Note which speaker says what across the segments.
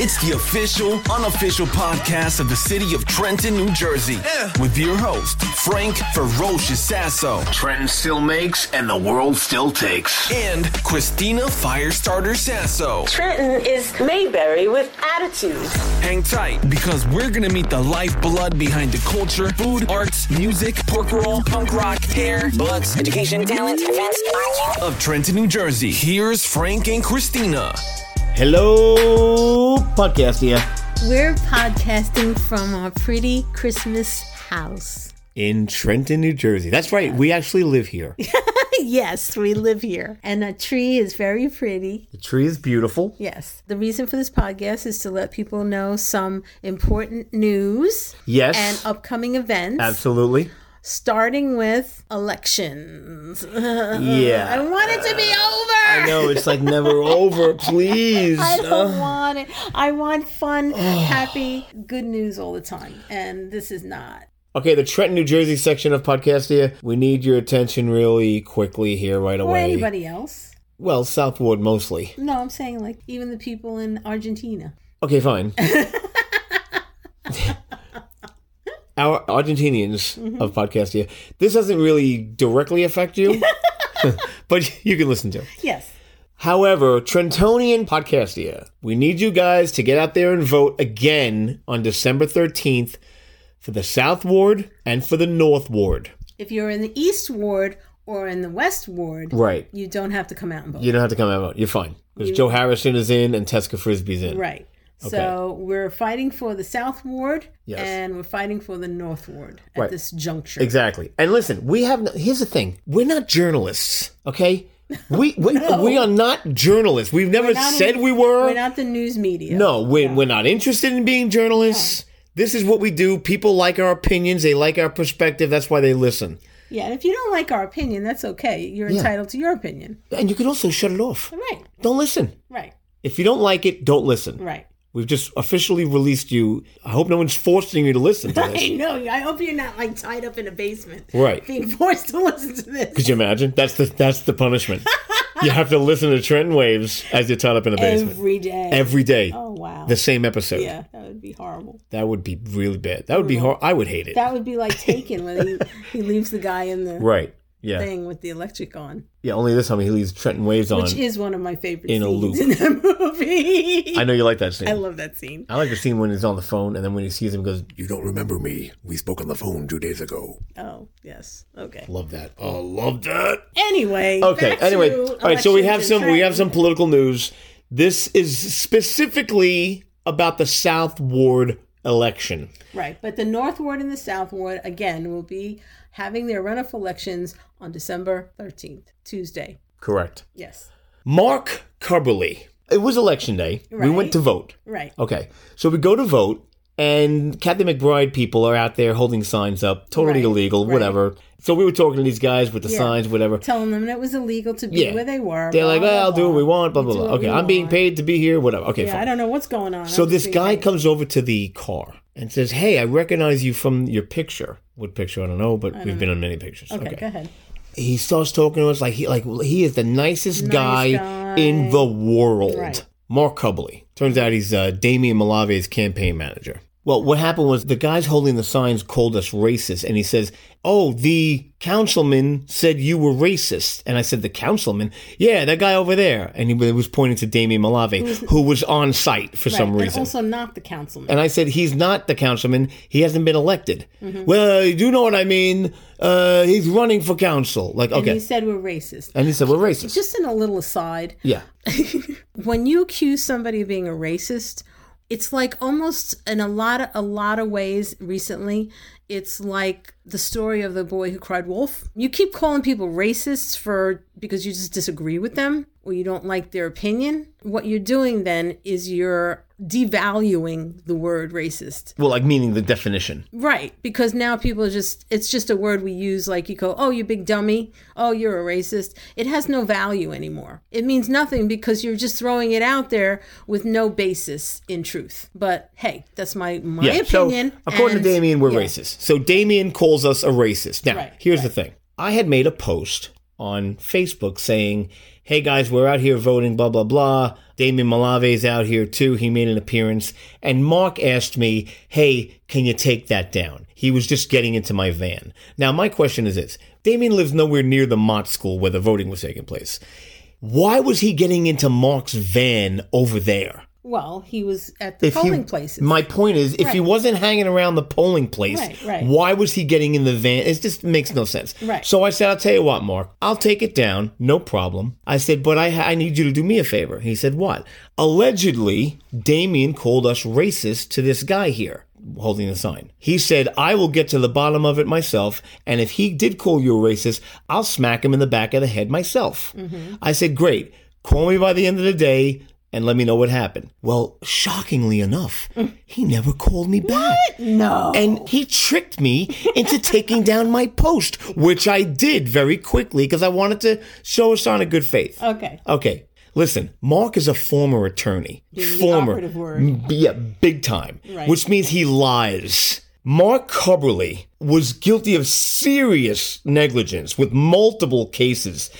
Speaker 1: It's the official, unofficial podcast of the city of Trenton, New Jersey, with your host, Frank Ferocious Sasso,
Speaker 2: Trend still makes and the world still takes.
Speaker 1: and Christina Firestarter Sasso.
Speaker 3: Trenton is Mayberry with attitude.
Speaker 1: Hang tight because we're gonna meet the lifeblood behind the culture, food, arts, music, pork roll, punk rock, hair, butts, education, talent, events, of Trenton, New Jersey. Here's Frank and Christina.
Speaker 4: Hello, podcast here
Speaker 5: We're podcasting from our pretty Christmas house.
Speaker 4: in Trenton, New Jersey. That's right, we actually live here.
Speaker 5: yes, we live here. And a tree is very pretty.
Speaker 4: The tree is beautiful.
Speaker 5: Yes. The reason for this podcast is to let people know some important news
Speaker 4: Yes,
Speaker 5: and upcoming events,
Speaker 4: absolutely.
Speaker 5: starting with elections. Uh-huh. I
Speaker 4: Yeah, Uh,
Speaker 5: want it to be over.
Speaker 4: I know it's like never over. Please,
Speaker 5: I
Speaker 4: Uh,
Speaker 5: don't want it. I want
Speaker 4: Oh.
Speaker 5: fun, happy, good news all the time. And this is not.
Speaker 4: okay. The Trenton, New Jersey section of Podcastia. We need your attention really quickly here, right
Speaker 5: Or
Speaker 4: away.
Speaker 5: anybody else.
Speaker 4: Well, Southwood mostly.
Speaker 5: No, I'm saying like even the people in Argentina.
Speaker 4: Okay, fine. Our Argentinians
Speaker 5: Mm-hmm.
Speaker 4: of Podcastia. This doesn't really directly affect you, but you can listen to. it.
Speaker 5: Yes.
Speaker 4: However, Trentonian Podcastia, we need you guys to get out there and vote again on December 13th for the South Ward and for the North Ward.
Speaker 5: If you're in the East Ward or in the West Ward,
Speaker 4: Right.
Speaker 5: you don't have to come out and vote.
Speaker 4: You don't have to come out and vote. You're fine. Because Joe Harrison is in and Tesca Frisbee's in.
Speaker 5: Right. So we're fighting for the South Ward
Speaker 4: Yes.
Speaker 5: and we're fighting for the North Ward at
Speaker 4: Right.
Speaker 5: this juncture.
Speaker 4: Exactly. And listen, we have. No, here's the thing: we're not journalists, okay? We we, we are not journalists. We've never
Speaker 5: not in-
Speaker 4: said we were.
Speaker 5: We're not the news media.
Speaker 4: no, we're, we're not interested in being journalists. This is what we do. People like our opinions. They like our perspective. That's why they listen.
Speaker 5: Yeah, and if you don't like our opinion, that's okay. You're entitled to your opinion.
Speaker 4: And you can also shut it off.
Speaker 5: Right.
Speaker 4: Don't listen.
Speaker 5: Right.
Speaker 4: If you don't like it, don't listen.
Speaker 5: Right.
Speaker 4: We've just officially released you. I hope no one's forcing you to listen to
Speaker 5: I
Speaker 4: this.
Speaker 5: know. I hope you're not like tied up in a basement.
Speaker 4: Right.
Speaker 5: Being forced to listen to this.
Speaker 4: Could you imagine? That's the that's the punishment. you have to listen to Trend Waves as you're tied up in a basement.
Speaker 5: Every day.
Speaker 4: every day
Speaker 5: oh, wow.
Speaker 4: the same episode.
Speaker 5: yeah, that would be horrible.
Speaker 4: That would be really bad. That would be hard. I would hate it.
Speaker 5: That would be like taken when he, he leaves the guy in the
Speaker 4: right. Yeah.
Speaker 5: thing with the electric on,
Speaker 4: Yeah. Only this time he leaves Trenton Waves on.
Speaker 5: which is one of my favorite
Speaker 4: In a
Speaker 5: scenes
Speaker 4: loop.
Speaker 5: in that movie.
Speaker 4: I know you like that scene.
Speaker 5: I love that scene.
Speaker 4: I like the scene when he's on the phone and then when he sees him he goes,
Speaker 2: You don't remember me. We spoke on the phone two days ago.
Speaker 5: Oh yes, okay.
Speaker 4: "Love that. Oh, love that."
Speaker 5: Anyway,
Speaker 4: Okay.
Speaker 5: back
Speaker 4: Anyway,
Speaker 5: to
Speaker 4: all right. So we have
Speaker 5: elections in
Speaker 4: some we have some
Speaker 5: Trenton.
Speaker 4: political news. This is specifically about the South Ward election.
Speaker 5: right, but the North Ward and the South Ward again will be having their runoff elections on December thirteenth, Tuesday.
Speaker 4: Correct.
Speaker 5: Yes,
Speaker 4: Mark Carberly. It was election day. We
Speaker 5: Right.
Speaker 4: went to vote.
Speaker 5: right.
Speaker 4: Okay. So we go to vote, and Kathy McBride people are out there holding signs up, totally
Speaker 5: Right,
Speaker 4: illegal,
Speaker 5: right.
Speaker 4: whatever. So we were talking to these guys with the
Speaker 5: Yeah.
Speaker 4: signs, whatever.
Speaker 5: Telling them that it was illegal to be
Speaker 4: Yeah.
Speaker 5: where they were.
Speaker 4: They're
Speaker 5: blah,
Speaker 4: like,
Speaker 5: blah,
Speaker 4: well, I'll do what we want, blah,
Speaker 5: We
Speaker 4: blah,
Speaker 5: do
Speaker 4: blah.
Speaker 5: what
Speaker 4: Okay,
Speaker 5: we
Speaker 4: I'm being
Speaker 5: want.
Speaker 4: paid to be here, whatever. Okay,
Speaker 5: Yeah,
Speaker 4: fine.
Speaker 5: I don't know what's going on.
Speaker 4: So
Speaker 5: I'm
Speaker 4: this
Speaker 5: just
Speaker 4: guy
Speaker 5: thinking.
Speaker 4: comes over to the car and says, hey, I recognize you from your picture. What picture? I don't know, but we've been on many pictures.
Speaker 5: Okay, go ahead.
Speaker 4: He starts talking to us like he like he is the nicest
Speaker 5: Nice
Speaker 4: guy,
Speaker 5: guy.
Speaker 4: in the world.
Speaker 5: Right.
Speaker 4: Mark Cubley. Turns out he's uh, Damian Malave's campaign manager. Well, what happened was the guys holding the signs called us racist, and he says, "Oh, the councilman said you were racist." And I said, "The councilman? Yeah, that guy over there." And he was pointing to Damian Malave, who was on site for some
Speaker 5: Right,
Speaker 4: reason.
Speaker 5: And also not the councilman.
Speaker 4: And I said, he's not the councilman. He hasn't been elected.
Speaker 5: Mm-hmm.
Speaker 4: Well, you do know what I mean. Uh, he's running for council. Like,
Speaker 5: And
Speaker 4: okay.
Speaker 5: he said we're racist.
Speaker 4: and he said, we're racist.
Speaker 5: Just in a little aside,
Speaker 4: yeah.
Speaker 5: when you accuse somebody of being a racist, it's like almost in a lot of a lot of ways recently, it's like the story of the boy who cried wolf. You keep calling people racists for because you just disagree with them or you don't like their opinion. What you're doing then is you're devaluing the word racist.
Speaker 4: Well, like meaning the definition.
Speaker 5: Right, because now people are just it's just a word we use like you go, "Oh, you big dummy. Oh, you're a racist." It has no value anymore. It means nothing because you're just throwing it out there with no basis in truth. But hey, that's my my opinion.
Speaker 4: So, according
Speaker 5: and-
Speaker 4: to Damien, we're racist. So Damien calls us a racist. Now,
Speaker 5: Right,
Speaker 4: here's the thing. I had made a post on Facebook saying, hey guys, we're out here voting, blah, blah, blah. Damien Malave's out here too. He made an appearance. And Mark asked me, hey, can you take that down? He was just getting into my van. Now, my question is this Damien lives nowhere near the Mott School where the voting was taking place. Why was he getting into Mark's van over there?
Speaker 5: Well, he was at the polling places.
Speaker 4: My point is, if he
Speaker 5: Right.
Speaker 4: wasn't hanging around the polling place,
Speaker 5: Right, right.
Speaker 4: why was he getting in the van? It just makes no sense.
Speaker 5: Right.
Speaker 4: So I said, I'll tell you what, Mark, I'll take it down, no problem. I said, but I, I need you to do me a favor. He said, what? Allegedly, Damien called us racist to this guy here holding the sign. He said, I will get to the bottom of it myself, and if he did call you a racist, I'll smack him in the back of the head myself. I said, great. Call me by the end of the day and let me know what happened. Well, shockingly enough, he never called me back.
Speaker 5: no.
Speaker 4: And he tricked me into taking down my post, which I did very quickly because I wanted to show a sign of good faith.
Speaker 5: Okay.
Speaker 4: Okay. Listen, Mark is a former attorney. former.
Speaker 5: operative word.
Speaker 4: M- Yeah, big time.
Speaker 5: Right.
Speaker 4: Which means he lies. Mark Cubberly was guilty of serious negligence with multiple cases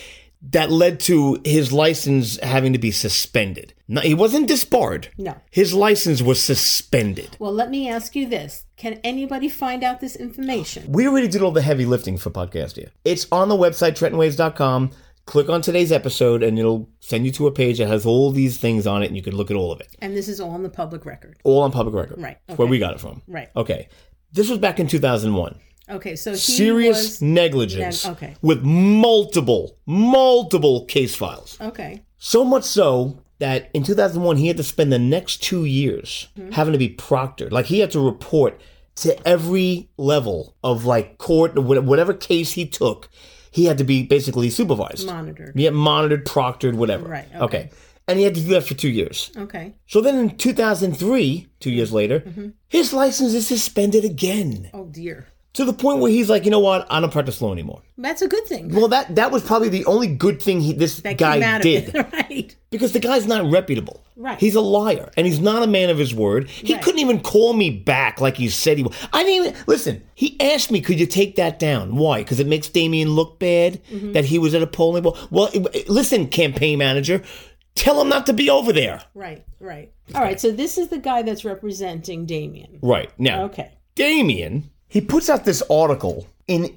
Speaker 4: that led to his license having to be suspended. No, he wasn't disbarred.
Speaker 5: No.
Speaker 4: His license was suspended.
Speaker 5: Well, let me ask you this. Can anybody find out this information?
Speaker 4: We already did all the heavy lifting for podcast here. It's on the website, TrentonWaves.com. Click on today's episode and it'll send you to a page that has all these things on it and you can look at all of it.
Speaker 5: And this is all in the public record.
Speaker 4: All on public record.
Speaker 5: Right,
Speaker 4: That's where
Speaker 5: okay.
Speaker 4: we got it from.
Speaker 5: Right.
Speaker 4: Okay. This was back in 2001.
Speaker 5: Okay, so he
Speaker 4: Serious
Speaker 5: was
Speaker 4: negligence
Speaker 5: neg- okay.
Speaker 4: with multiple, multiple case files.
Speaker 5: Okay.
Speaker 4: So much so that in 2001, he had to spend the next two years
Speaker 5: Mm-hmm.
Speaker 4: having to be proctored. Like he had to report to every level of like court, wh- whatever case he took, he had to be basically supervised.
Speaker 5: Monitored.
Speaker 4: Yeah, monitored, proctored, whatever.
Speaker 5: Right, okay.
Speaker 4: And he had to do that for two years.
Speaker 5: Okay.
Speaker 4: So then in 2003, two years later,
Speaker 5: Mm-hmm.
Speaker 4: his license is suspended again
Speaker 5: Oh dear.
Speaker 4: to the point where he's like, you know what? I don't practice law anymore.
Speaker 5: That's a good thing.
Speaker 4: Well, that that was probably the only good thing he, this
Speaker 5: that
Speaker 4: guy
Speaker 5: came out
Speaker 4: did
Speaker 5: of it. right.
Speaker 4: because the guy's not reputable.
Speaker 5: Right.
Speaker 4: He's a liar and he's not a man of his word. He
Speaker 5: Right.
Speaker 4: couldn't even call me back like he said he would. I didn't even listen. He asked me, "Could you take that down?" Why? Because it makes Damien look bad
Speaker 5: Mm-hmm.
Speaker 4: that he was at a polling booth. Well, it- it- listen, campaign manager, tell him not to be over there.
Speaker 5: Right. Right. All right, so this is the guy that's representing Damien.
Speaker 4: Right now,
Speaker 5: Okay.
Speaker 4: Damien, he puts out this article in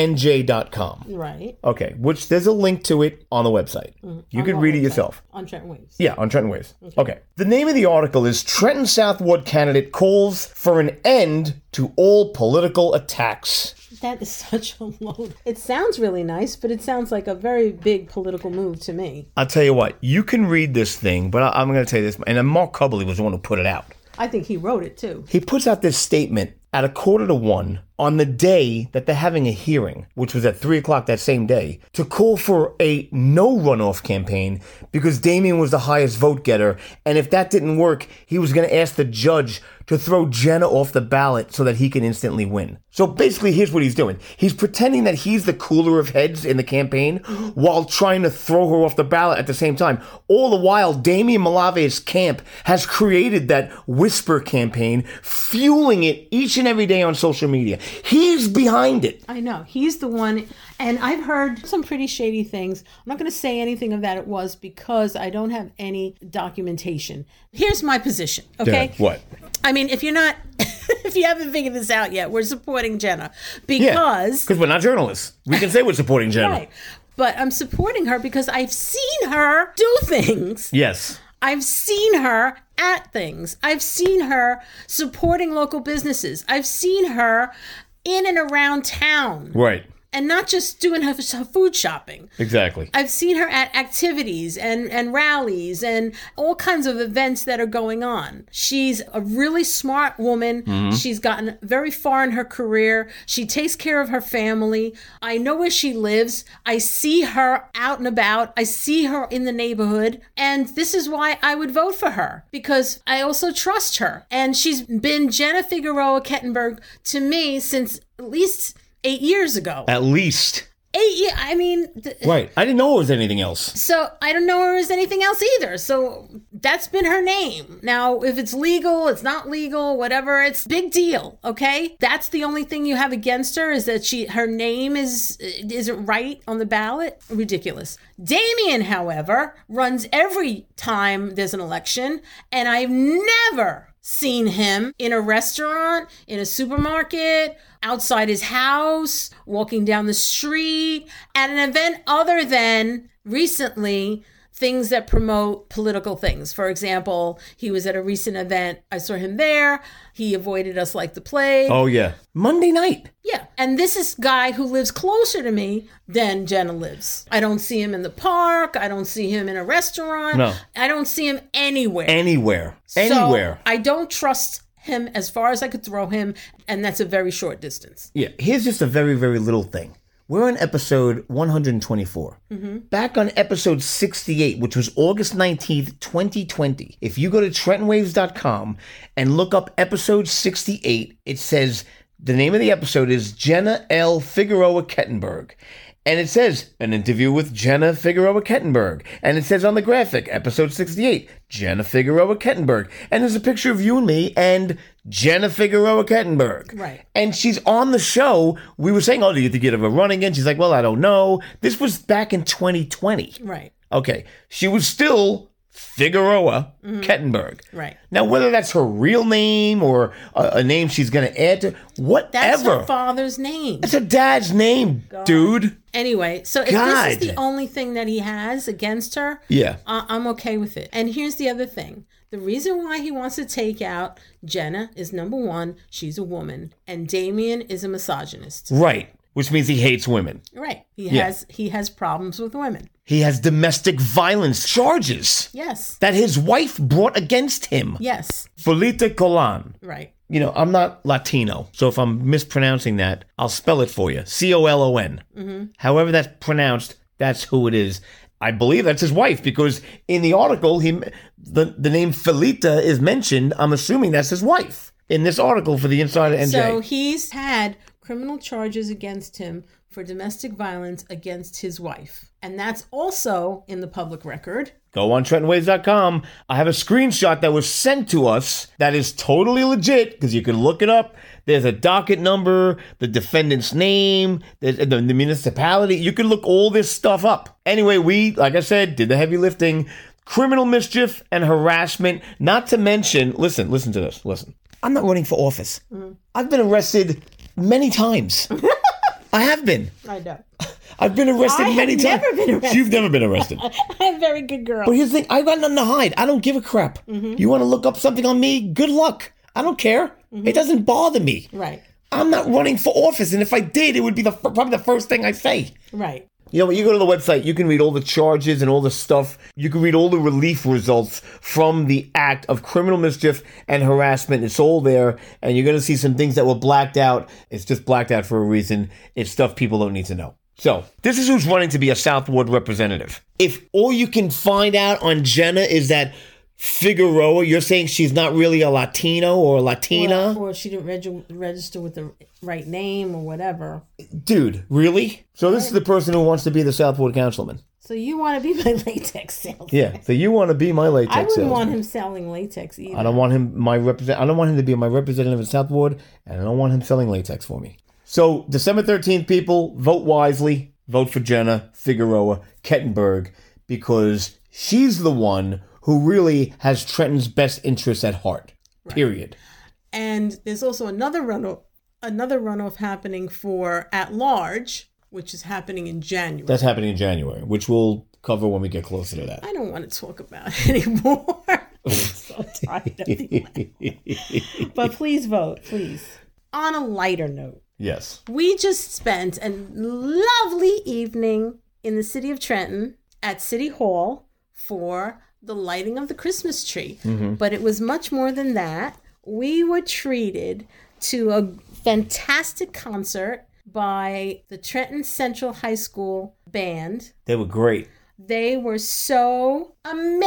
Speaker 4: InsiderNJ.com.
Speaker 5: Right.
Speaker 4: Okay, which there's a link to it on the website.
Speaker 5: Mm.
Speaker 4: You can read it yourself.
Speaker 5: On Trent Waves.
Speaker 4: Yeah, on Trenton Waves. Okay. The name of the article is Trenton South Ward Candidate Calls for an End to All Political Attacks.
Speaker 5: That is such a load. It sounds really nice, but it sounds like a very big political move to me.
Speaker 4: I'll tell you what, you can read this thing, but I, am going to tell you this. And then Mark Cubley was the one who put it out.
Speaker 5: I think he wrote it too.
Speaker 4: He puts out this statement at a quarter to one on the day that they're having a hearing, which was at three o'clock that same day, to call for a no runoff campaign because Damien was the highest vote getter. And if that didn't work, he was going to ask the judge to throw Jenna off the ballot so that he can instantly win. So basically, here's what he's doing he's pretending that he's the cooler of heads in the campaign while trying to throw her off the ballot at the same time. All the while, Damien Malave's camp has created that whisper campaign, fueling it each and every day on social media. He's behind it.
Speaker 5: I know. He's the one. And I've heard some pretty shady things. I'm not going to say anything of that it was because I don't have any documentation. Here's my position, okay?
Speaker 4: What?
Speaker 5: I mean, if you're not, if you haven't figured this out yet, we're supporting Jenna
Speaker 4: Yeah.
Speaker 5: because.
Speaker 4: we're not journalists. We can say we're supporting Jenna.
Speaker 5: Right. But I'm supporting her because I've seen her do things.
Speaker 4: Yes.
Speaker 5: I've seen her at things. I've seen her supporting local businesses. I've seen her in and around town
Speaker 4: Right.
Speaker 5: and not just doing her, her food shopping.
Speaker 4: Exactly.
Speaker 5: I've seen her at activities and, and rallies and all kinds of events that are going on. She's a really smart woman. She's gotten very far in her career. She takes care of her family. I know where she lives. I see her out and about. I see her in the neighborhood. And this is why I would vote for her because I also trust her. And she's been Jenna
Speaker 4: Uh,
Speaker 5: Figueroa Kettenberg to me since at least eight years ago
Speaker 4: At least.
Speaker 5: Eight years. I mean, th-
Speaker 4: Right. I didn't know it was anything else.
Speaker 5: so I don't know her as anything else either. So that's been her name. Now, if it's legal, it's not legal, whatever, it's big deal. Okay, that's the only thing you have against her is that she her name is isn't right on the ballot. Ridiculous. Damien, however, runs every time there's an election, and I've never seen him in a restaurant, in a supermarket, outside his house, walking down the street, at an event other than recently things that promote political things. For example, he was at a recent event. I saw him there. He avoided us like the plague.
Speaker 4: Oh yeah. Monday night.
Speaker 5: Yeah. And this is guy who lives closer to me than Jenna lives. I don't see him in the park. I don't see him in a restaurant.
Speaker 4: No.
Speaker 5: I don't see him anywhere.
Speaker 4: Anywhere.
Speaker 5: So,
Speaker 4: Anywhere.
Speaker 5: I don't trust him as far as I could throw him, and that's a very short distance.
Speaker 4: Yeah, here's just a very, very little thing. We're on episode 124. Back on episode 68, which was August 19th, 2020. If you go to TrentonWaves.com and look up episode 68, it says the name of the episode is Jenna L. Figueroa Kettenberg. And it says an interview with Jenna Figueroa Kettenberg. And it says on the graphic, episode 68, Jenna Figueroa Kettenberg. And there's a picture of you and me and Jenna Figueroa Kettenberg.
Speaker 5: Right.
Speaker 4: And she's on the show. We were saying, oh, do you think you'd have a run again? She's like, well, I don't know. This was back in 2020.
Speaker 5: Right.
Speaker 4: Okay. She was still Figueroa
Speaker 5: Mm-hmm.
Speaker 4: Kettenberg.
Speaker 5: Right.
Speaker 4: Now, whether that's her real name or a, a name she's going to add to,
Speaker 5: That's
Speaker 4: whatever.
Speaker 5: her father's name.
Speaker 4: That's her dad's name, dude.
Speaker 5: Anyway, so if this is
Speaker 4: God.
Speaker 5: the only thing that he has against her,
Speaker 4: Yeah.
Speaker 5: I- I'm okay with it. And here's the other thing. The reason why he wants to take out Jenna is number one, she's a woman, and Damien is a misogynist.
Speaker 4: Right. Which means he hates women.
Speaker 5: Right. He
Speaker 4: Yeah.
Speaker 5: has he has problems with women.
Speaker 4: He has domestic violence charges
Speaker 5: Yes.
Speaker 4: that his wife brought against him.
Speaker 5: Yes.
Speaker 4: Felita Colan.
Speaker 5: Right.
Speaker 4: You know, I'm not Latino, so if I'm mispronouncing that, I'll spell it for you. C O L O N. However that's pronounced, that's who it is. I believe that's his wife because in the article, he the the name Felita is mentioned. I'm assuming that's his wife in this article for the Insider NJ.
Speaker 5: So he's had criminal charges against him for domestic violence against his wife. And that's also in the public record.
Speaker 4: go on trentonwaves.com. I have a screenshot that was sent to us that is totally legit because you can look it up. There's a docket number, the defendant's name, the, the, the municipality. You can look all this stuff up. Anyway, we, like I said, did the heavy lifting. Criminal mischief and harassment, not to mention, listen, listen to this, listen. I'm not running for office.
Speaker 5: Mm.
Speaker 4: I've been arrested many times. I have been.
Speaker 5: I know.
Speaker 4: I've been arrested
Speaker 5: I have
Speaker 4: many times.
Speaker 5: never been arrested.
Speaker 4: You've never been arrested.
Speaker 5: I'm a very good girl.
Speaker 4: But here's the thing: I got nothing to hide. I don't give a crap. You want to look up something on me? Good luck. I don't care. It doesn't bother me.
Speaker 5: right.
Speaker 4: I'm not running for office, and if I did, it would be the fir- probably the first thing I say.
Speaker 5: Right.
Speaker 4: You know, when you go to the website, you can read all the charges and all the stuff. You can read all the relief results from the act of criminal mischief and harassment. It's all there, and you're going to see some things that were blacked out. It's just blacked out for a reason. It's stuff people don't need to know. So, this is who's running to be a South Ward representative. If all you can find out on Jenna is that Figueroa, you're saying she's not really a Latino or a Latina?
Speaker 5: Or she didn't reg- register with the right name or whatever.
Speaker 4: Dude, really? So, this is the person who wants to be the South Ward councilman.
Speaker 5: So you want to be my latex salesman.
Speaker 4: Yeah, so you want to be my latex
Speaker 5: I wouldn't
Speaker 4: salesman.
Speaker 5: want him selling latex either.
Speaker 4: I don't want him my represent. I don't want him to be my representative in South Ward, and I don't want him selling latex for me. So December thirteenth, people vote wisely. Vote for Jenna Figueroa Kettenberg because she's the one who really has Trenton's best interests at heart. Period.
Speaker 5: And there's also another runoff, another runoff happening for at large, which is happening in January.
Speaker 4: That's happening in January, which we'll cover when we get closer to that.
Speaker 5: I don't want to talk about it anymore. I'm so tired of the But please vote, please. On a lighter note,
Speaker 4: Yes.
Speaker 5: we just spent a lovely evening in the city of Trenton at City Hall for the lighting of the Christmas tree.
Speaker 4: Mm-hmm.
Speaker 5: But it was much more than that. We were treated to a fantastic concert by the Trenton Central High School band.
Speaker 4: They were great.
Speaker 5: They were so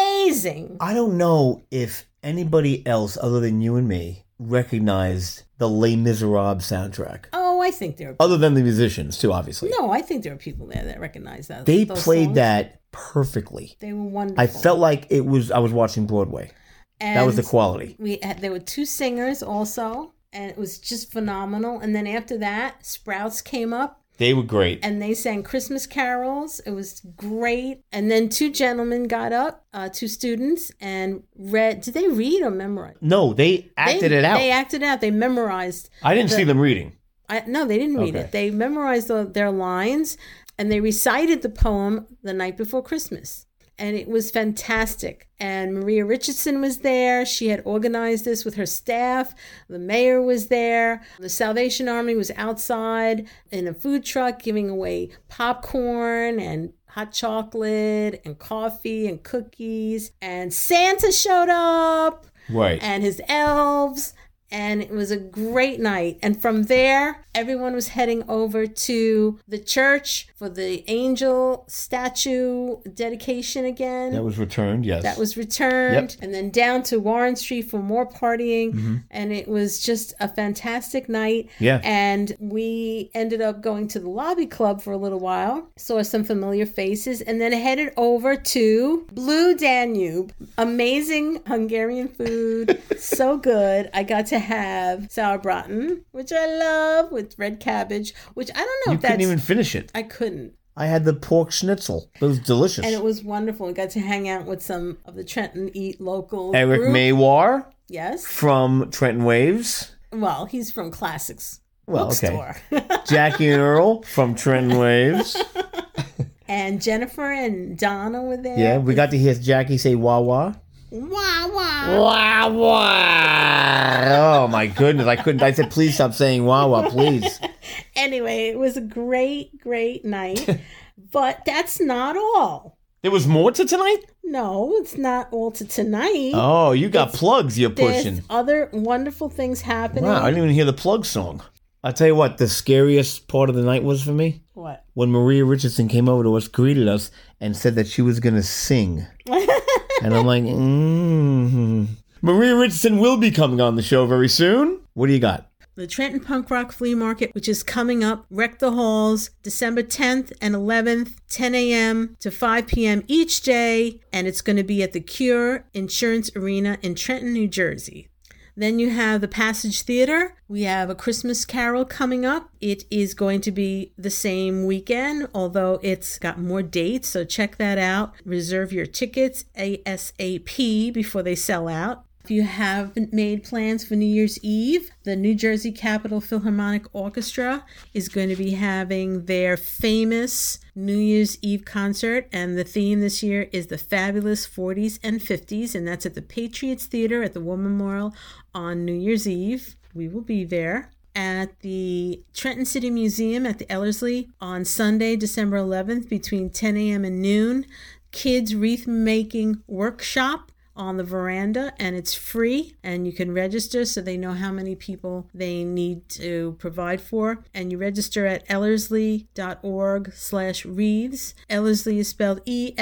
Speaker 5: amazing.
Speaker 4: I don't know if anybody else other than you and me recognized the Les Miserables soundtrack.
Speaker 5: Oh, I think there are.
Speaker 4: Other than the musicians, too, obviously.
Speaker 5: No, I think there are people there that recognize that.
Speaker 4: they
Speaker 5: those
Speaker 4: played
Speaker 5: songs.
Speaker 4: that perfectly.
Speaker 5: They were wonderful.
Speaker 4: I felt like it was I was watching Broadway.
Speaker 5: and
Speaker 4: That was the quality.
Speaker 5: We had, there were two singers also, and it was just phenomenal. And then after that, Sprouts came up.
Speaker 4: They were great.
Speaker 5: and they sang Christmas carols. It was great. And then two gentlemen got up, uh, two students, and read. Did they read or memorize?
Speaker 4: No, they acted
Speaker 5: they,
Speaker 4: it out.
Speaker 5: They acted it out. They memorized.
Speaker 4: I didn't see them reading.
Speaker 5: I, no, they didn't read
Speaker 4: Okay.
Speaker 5: it. They memorized the, their lines, and they recited the poem the night before Christmas. And it was fantastic. And Maria Richardson was there. She had organized this with her staff. The mayor was there. The Salvation Army was outside in a food truck giving away popcorn and hot chocolate and coffee and cookies. And Santa showed up
Speaker 4: Right.
Speaker 5: and his elves and it was a great night and from there everyone was heading over to the church for the angel statue dedication again
Speaker 4: that was returned, yes.
Speaker 5: that was returned
Speaker 4: Yep. Mm-hmm.
Speaker 5: and then down to Warren Street for more partying and it was just a fantastic night
Speaker 4: Yeah.
Speaker 5: and we ended up going to the lobby club for a little while saw some familiar faces and then headed over to Blue Danube amazing Hungarian food so good I got to have sauerbraten which I love with red cabbage which I don't know
Speaker 4: you
Speaker 5: if that's
Speaker 4: couldn't even finish it.
Speaker 5: I couldn't
Speaker 4: I had the pork schnitzel. It was delicious.
Speaker 5: and it was wonderful. We got to hang out with some of the Trenton Eat local
Speaker 4: Eric
Speaker 5: group.
Speaker 4: Maywar
Speaker 5: Yes.
Speaker 4: from Trenton Waves.
Speaker 5: Well, he's from Classics
Speaker 4: Well, okay.
Speaker 5: Bookstore.
Speaker 4: Jackie and Earl from Trenton Waves.
Speaker 5: and Jennifer and Donna were there.
Speaker 4: Yeah, we got to hear Jackie say "wah wah."
Speaker 5: Wah wah.
Speaker 4: Wah wah! Oh my goodness, I couldn't. I said, "Please stop saying wah wah, please."
Speaker 5: Anyway, it was a great, great night. but that's not all.
Speaker 4: There was more to tonight.
Speaker 5: No, it's not all to tonight.
Speaker 4: Oh, you got plugs. You're
Speaker 5: There's
Speaker 4: pushing.
Speaker 5: other wonderful things happening.
Speaker 4: Wow, I didn't even hear the plug song. I tell you what, the scariest part of the night was for me
Speaker 5: What?
Speaker 4: when Maria Richardson came over to us, greeted us, and said that she was going to sing. and I'm like, mm. Maria Richardson will be coming on the show very soon. What do you got?
Speaker 5: The Trenton Punk Rock Flea Market, which is coming up, Wreck the Halls, December 10th and 11th, 10 a.m. to 5 p.m. each day, and it's going to be at the Cure Insurance Arena in Trenton, New Jersey. Then you have the Passage Theater. We have a Christmas Carol coming up. It is going to be the same weekend, although it's got more dates, so check that out. Reserve your tickets ASAP before they sell out. If you haven't made plans for New Year's Eve, the New Jersey Capital Philharmonic Orchestra is going to be having their famous New Year's Eve concert, and the theme this year is the fabulous 40s and 50s, and that's at the Patriots Theater at the War Memorial on New Year's Eve. We will be there at the Trenton City Museum at the Ellerslie on Sunday, December 11th, between 10 a.m. and noon. Kids wreath making workshop on the veranda and it's free and you can register so they know how many people they need to provide for and you register at ellerslie.org slash wreaths ellerslie is spelled E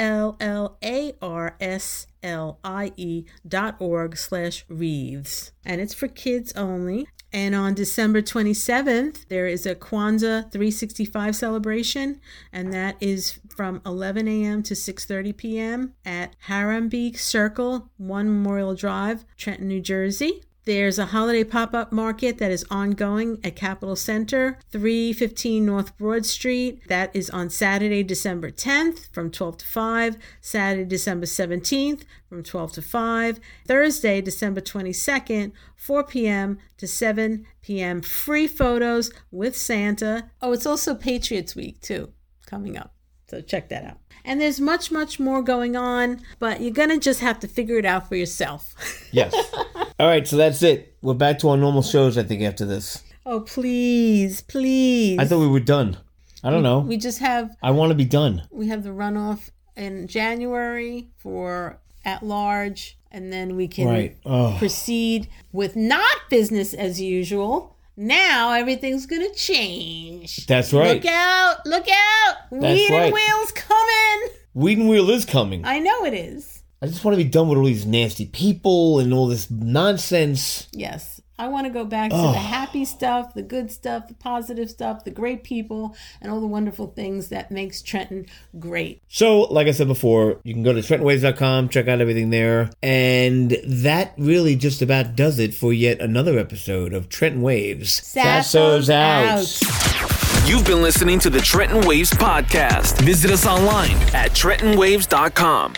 Speaker 5: e-l-l-a-r-s-l-i-e E dot org slash wreaths and it's for kids only and on December 27th, there is a Kwanzaa 365 celebration, and that is from 11 a.m. to 6:30 p.m. at Harambee Circle, One Memorial Drive, Trenton, New Jersey. There's a holiday pop-up market that is ongoing at Capital Center, 315 North Broad Street. That is on Saturday, December 10th from 12 to 5, Saturday, December 17th from 12 to 5, Thursday, December 22nd, 4 p.m. to 7 p.m. Free photos with Santa. Oh, it's also Patriots Week too coming up. So check that out. And there's much, much more going on, but you're going to just have to figure it out for yourself.
Speaker 4: Yes. All right, so that's it. We're back to our normal shows, I think, after this.
Speaker 5: Oh, please, please.
Speaker 4: I thought we were done. I don't know.
Speaker 5: we just have
Speaker 4: I want to be done.
Speaker 5: we have the runoff in January for at large and then we can
Speaker 4: Right. Oh.
Speaker 5: proceed with not business as usual. Now everything's going to change.
Speaker 4: That's right.
Speaker 5: Look out, look out. Weed
Speaker 4: right.
Speaker 5: and wheels coming.
Speaker 4: Weed and Wheel is coming.
Speaker 5: I know it is.
Speaker 4: I just want to be done with all these nasty people and all this nonsense.
Speaker 5: Yes. I want to go back to the happy stuff, the good stuff, the positive stuff, the great people, and all the wonderful things that makes Trenton great.
Speaker 4: So, like I said before, you can go to TrentonWaves.com, check out everything there. And that really just about does it for yet another episode of Trenton Waves.
Speaker 5: Sasso's
Speaker 4: Sasso's
Speaker 1: You've been listening to the Trenton Waves podcast. Visit us online at trentonwaves.com.